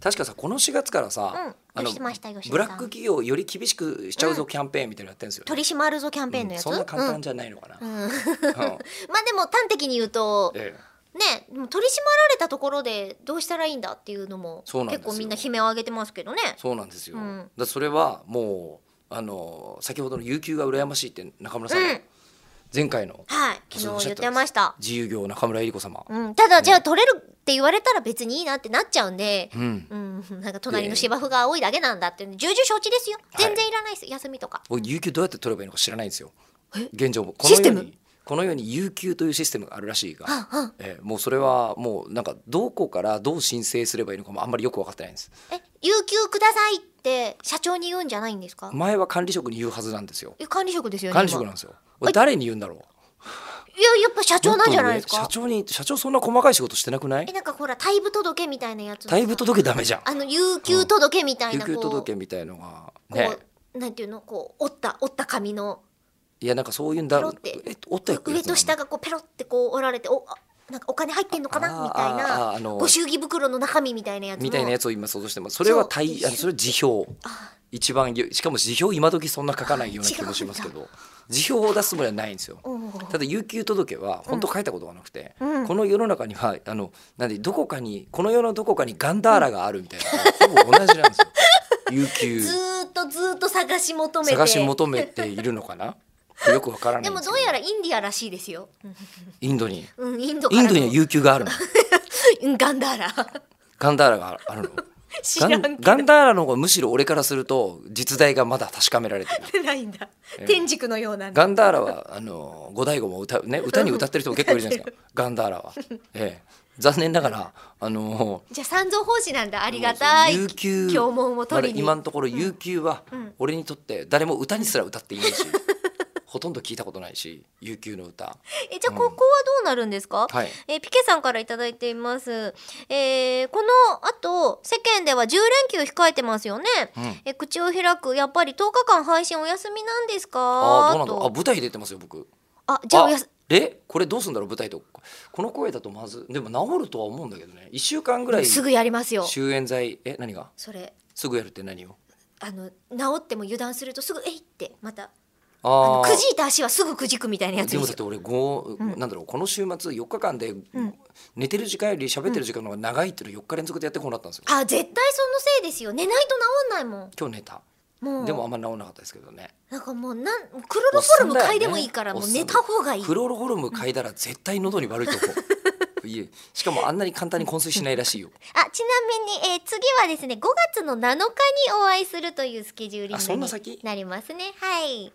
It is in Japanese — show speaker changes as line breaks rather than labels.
確かさこの4月から
うん
さ、あの
吉島下吉田
ブラック企業をより厳しくしちゃうぞキャンペーンみたいなのやってるんですよ、
取り締まるぞキャンペーンのやつ、
そんな簡
う
単
ん
じゃないのかな、
うんまあ
うん
でも端的に言うとね
ええ
でも取り締まられたところでどうしたらいいんだっていうのも
そうなんです
結
よ
構みんな悲鳴を上げてますけどね
そうなんですよ、
うん
だそれはもうあの先ほどの有給が羨ましいって中村さん、
うん
前回の
はい昨日言ってました
自由業中村江里子様、
うん、ただじゃあ取れるって言われたら別にいいなってなっちゃうんで、
うん
うん、なんか隣の芝生が多いだけなんだっていうの重々承知ですよ
はい
全然いらないです、休みとか
僕有給どうやって取ればいいのか知らないんですよ
え
現状もこ
シス
の
テ
よ
ム
うにこのように有給というシステムがあるらしいが、
ああ
えーもうそれはもうなんかどこからどう申請すればいいのかもあんまりよく分かってないんです
え有給くださいって社長に言うんじゃないんですか、
前は管理職に言うはずなんですよ
え管理職ですよね
管理職
今
なんですよ俺誰に言うんだろう
いややっぱ社長なんじゃないです
もっ
か
と上社長に社長そんな細かい仕事してなくない
えなんかほら退部届みたいなやつ
退部届けダメじゃん
あの有給届みたい
有
な、
給
こう
届けみたいのが
こう、
ね
なんていうのこう折った折った紙の
いやなんかそういうんだ
ペロって
えおったやつなの
上と下がこうペロってこう折られておあなんかお金入ってんのかな
あー
みたい
あーあ
な
の
ご祝儀袋の中身みたいなやつの
みたいなやつを今想像してますそれは対
そう
あのそれは辞表
あ
一番よしかも辞表今時そんな書かないような気もしますけど辞表を出すつもりはないんですよ
ーおー
ただ有給届は本当書いたことがなくて、
うん
この世の中にはあのなんでどこかにこの世のどこかにガンダーラがあるみたいな、ほぼ同じなん ですよ有給
ずーっとずーっと探し求めて
探し求めているのかなよくわからない
で
ん
も
す
ど
け
うやらインディアらしいですよ、
インドに
うん、インドか
イ
ら
ン
の
ドには有給があるの
うんガンダーラ
ガンダーラがあるの
知
ガ
らん
ン
け
ガンダーラの方がむしろ俺からすると実在がまだ確かめられてる
ど ないんだ天竺のようなんだ
ガンダーラはあの五醍醐も歌うね歌に歌ってる人も結構いるじゃないですかガンダーラは、ええ、残念ながらあの
じゃあ三蔵法師なんだありがたい
有給
教文を取りに
まだ今のところ有給は俺にとって誰も歌にすら歌っていないし、 ほとんど聞いたことないし有給の歌
えじゃあここはどうなるんですか、
はい
えーピケさんからいただいています、えーこのあと世間では10連休控えてますよね、
うん
えー口を開くやっぱり10日間配信お休みなんですか
ああどうなんだ
と
あ舞台出てますよ僕
あじゃあおやす
えこれどうすんだろう舞台とこの声だとまずでも治るとは思うんだけどね1週間ぐらい
す
終
ぐやりますよ
焉剤え何が
それ
すぐやるって何を
あの治っても油断するとすぐえいってまた
あ
あの
ー
くじいた足はすぐくじくみたいなやつ
で
で
も
す
だって俺
よ
ご、なんだろうこの週末4日間で、寝てる時間より喋ってる時間の方が長いっていうの4日連続でやってこうなったんですよ
あ絶対そのせいですよ寝ないと治んないもん
今日寝た
もう
でもあんま治んなかったですけどね
なんかもうなんクロロフォルム嗅いでもいいから
おっ
もう
さんだよ
寝
ね
た方がいい
クロロホルム嗅いだら絶対喉に悪いとこ いえしかもあんなに簡単に昏睡しないらしいよ
あちなみに、えー次はですね5月の7日にお会いするというスケジューリン
あそんな
グ
先
になりますねはい